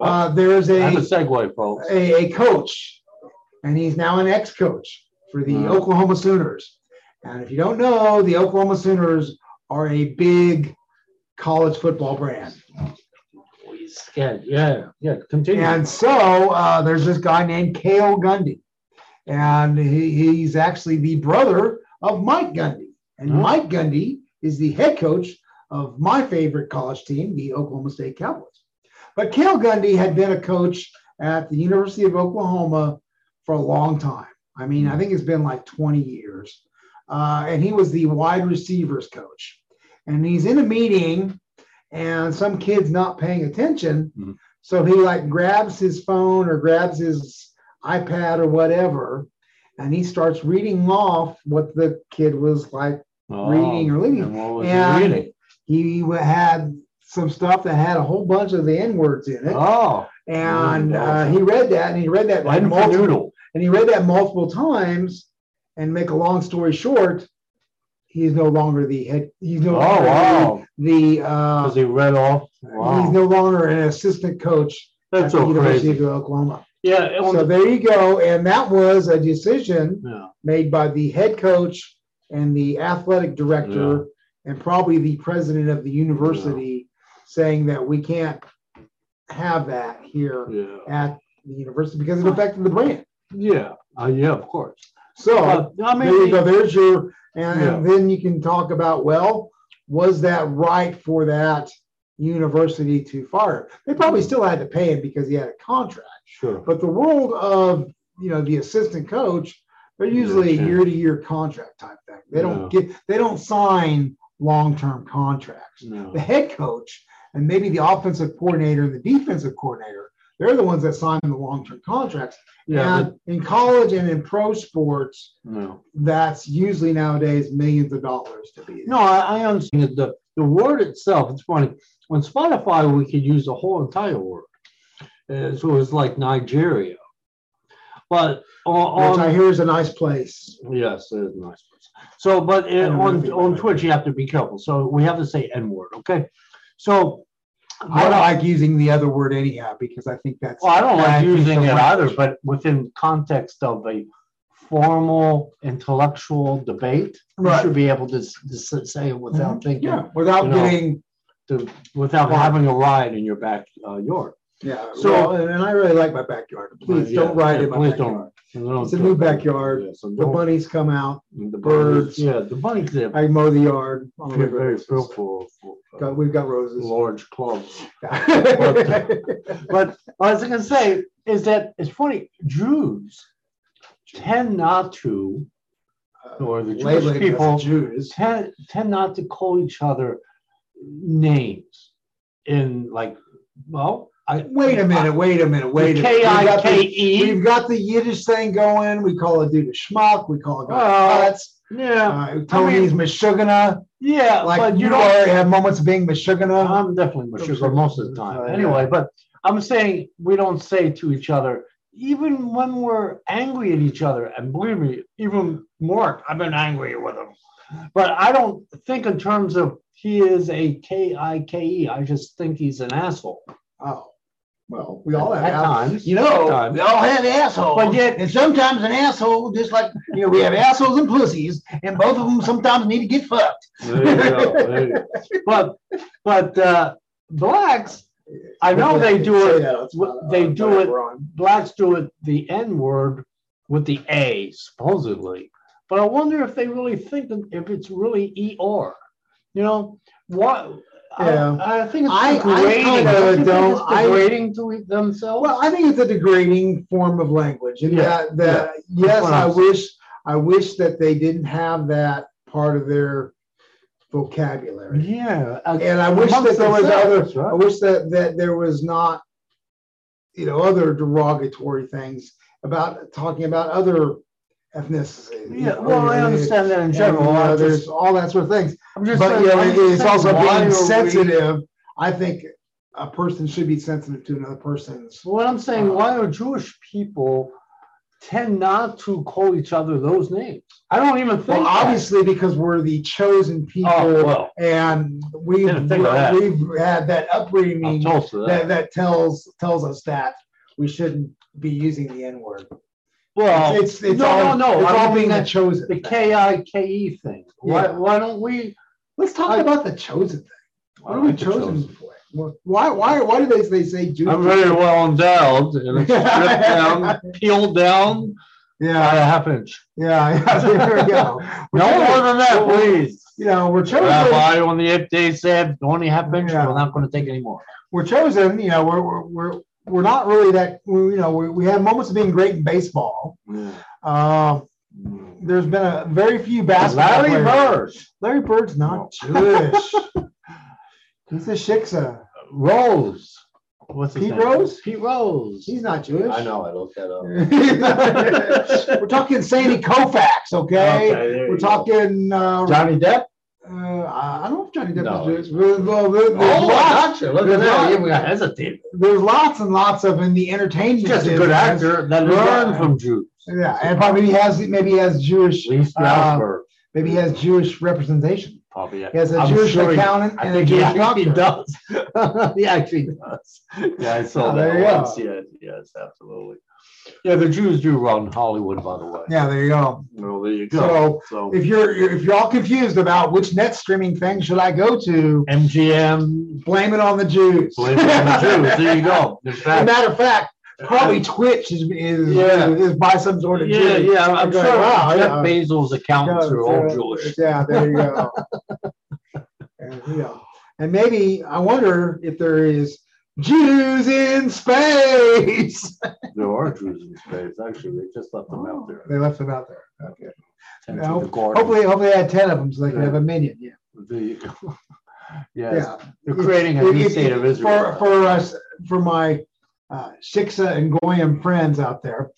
Uh, there is That's a a, segue, folks. a, a coach, and he's now an ex coach for the Mm. Oklahoma Sooners. And if you don't know, the Oklahoma Sooners are a big college football brand. Yeah, yeah, yeah. Continue. And so uh, there's this guy named Kale Gundy, and he, he's actually the brother of Mike Gundy. And Hmm. Mike Gundy is the head coach of my favorite college team, the Oklahoma State Cowboys. But Kale Gundy had been a coach at the University of Oklahoma for a long time. I mean, I think it's been like 20 years. Uh, and he was the wide receivers coach. And he's in a meeting, and some kid's not paying attention. Mhm. So he like grabs his phone or grabs his iPad or whatever, and he starts reading off what the kid was like. Oh, reading or leading. And what was And- he reading? He had some stuff that had a whole bunch of the N words in it, Oh, and uh, he read that, and he read that like and for multiple noodle. and he read that multiple times. And make a long story short, he's no longer the head. He's no Oh, longer wow. the uh, Because he read off. he's Wow. no longer an assistant coach That's at the so University crazy. of Oklahoma. Yeah. it So was- there you go. And that was a decision yeah. made by the head coach and the athletic director and probably the president of the university, saying that we can't have that here Yeah. at the university because it affected the brand. Yeah. Uh, yeah, of course. So. Uh, I mean, there you go. There's your, and, and Yeah. then you can talk about, well, was that right for that university to fire? him? They probably still had to pay him because he had a contract. Sure. But the world of, you know, the assistant coach, they're usually Yeah, a yeah. year to year contract type thing. They don't get, they don't sign long term contracts. No. The head coach and maybe the offensive coordinator and the defensive coordinator, they're the ones that sign the long term contracts. Yeah. and in college and in pro sports, but- no. that's usually nowadays millions of dollars to be. No, I, I understand the the word itself. It's funny. On Spotify, we could use the whole entire word. Uh, so it's like Nigeria. But on, which I on hear is a nice place. yes, it is a nice. place. So, but it, don't really on think on about it. Twitch, you have to be careful. So we have to say N word. Okay. So I don't like using the other word anyhow because I think that's. Well, I don't like lacking using so it much. either, but within context of a formal intellectual debate, you Right. Mm-hmm. should be able to, s- to s- say it without thinking, Yeah, without You know. getting. to, without Right. having a riot in your uh, backyard. Yeah. So- So and, and I really like my backyard. Please Yeah, don't ride yeah, in my please don't. backyard. Don't It's a do new it. backyard. Yeah, so The don't- bunnies come out. the birds. Yeah, the bunnies. They're I mow the yard. on a very, regular very basis. fruitful, for, uh, Got- we've got roses. large clubs. Yeah. But what I was going to say is that it's funny. Jews tend not to, or the Labeling Jewish us people Jews. tend, tend not to call each other names in like well I Wait a minute. Wait a minute. Wait a minute. K We've I got the- K E We've got the Yiddish thing going. We call a dude a schmuck. We call a guy Well, nuts. Oh. yeah Uh, Tony's Meshuggah. yeah Like but you you Uh-huh. don't are, have moments of being Meshuggah. I'm definitely Meshuggah most of the time Uh, yeah. anyway but I'm saying we don't say to each other even when we're angry at each other and believe me even Mark I've been angry with him but I don't think in terms of he is a K I K E I just think he's an asshole Oh, well, we all have at assholes. times Oh, You know, At times. we all have assholes. But yet- and sometimes an asshole, just like you know, we have assholes and pussies, and both of them sometimes need to get fucked. There you go. There you go. But but uh, blacks, I know they do Say it. that out loud, they do but it- we're on. Blacks do it the N word with the A supposedly. But I wonder if they really think that- if it's really E R. You know what? Yeah. I, I think it's I- I degrading. kinda Don't you think don't- it's I- degrading to themselves. Well, I think it's a degrading form of language, and Yeah, that, that yes, what I I'm wish I wish that they didn't have that part of their vocabulary, yeah, uh, and I wish that amongst there was themselves, other. I right? wish that that there was not, you know, other derogatory things about talking about other ethnicities. you Yeah, know, well, I and- understand that in and, general. you know, I there's just- all that sort of things I'm just but saying, you know, I'm it- just it's saying, also why are being we- sensitive. I think a person should be sensitive to another person's. What I'm saying, why are Jewish people tend not to call each other those names. I don't even think. Well, that. obviously, because we're the chosen people, Oh, well, and we've Didn't think of that. we've had that I'm upbringing toast to that that. that tells tells us that we shouldn't be using the N word. Well, it's, it's, it's no, all, no, no, It's I all don't being mean the that- chosen. the thing. KIKE E thing. Why, Yeah. why don't we? Let's talk I- about the chosen thing. What are we I like the chosen, for? Well, Why why why do they they say Jew? I'm very well endowed and it's stripped down, peeled down by Yeah, a half inch. yeah, yeah. There we go. No more than that, Well, please. You know, we're chosen. Rabbi on the eighth day said, only half inch, Yeah. we're not going to take any more. we're chosen. You know, we're we're we're, we're not really that. We, you know, we, we have moments of being great in baseball. Um, there's been a very few basketball. Larry players. Bird, Larry Bird's not Jewish. He's a shiksa. Rose. What's his Pete name? Rose? Pete Rose. He's not Jewish. I know, I looked that up. we're talking Sandy Koufax, okay? there We're you go. talking. Uh, Johnny Depp. uh, I I don't know if Johnny Depp No. is Jewish. Well, well, there- there's, Oh, lots, gotcha. Look at There's that. lots. You hesitate. there's lots and lots of in the entertainment. He's just a business. good actor that learned Yeah. from Uh, Jews. Yeah, and probably he has maybe he has Jewish Lee Strasberg. Maybe he has Jewish representation. Probably. He has a I'm Jewish sure he- accountant I and a think he Jewish actually doctor. does. he actually does. Yeah, I saw Oh, that there you once. Yes, yes, absolutely. Yeah, the Jews do run Hollywood, by the way. Yeah, there you go. Well, there you go. So So, if you're you're- if you're all confused about which net streaming thing should I go to, MGM, blame it on the Jews. blame it on the Jews. There you go. In As a fact, matter of fact, probably Twitch is is, Yeah. is by some sort of yeah, Jew. yeah. I'm, I'm You're sure going, wow, Jeff yeah. Bezos' accountants Yeah, are all so- Jewish. Yeah, there you go. and, yeah. and maybe I wonder if there is Jews in space. There are Jews in space. Actually, they just left them out there. They left them out there. Okay. Tend No. to the garden. Oh. Hopefully, hopefully, I had ten of them so they could Yeah. have a minion. Yeah. There you go. yes, Yeah. they're creating a If- new if- state of Israel. For for us, for my uh, Shiksa and Goyim friends out there,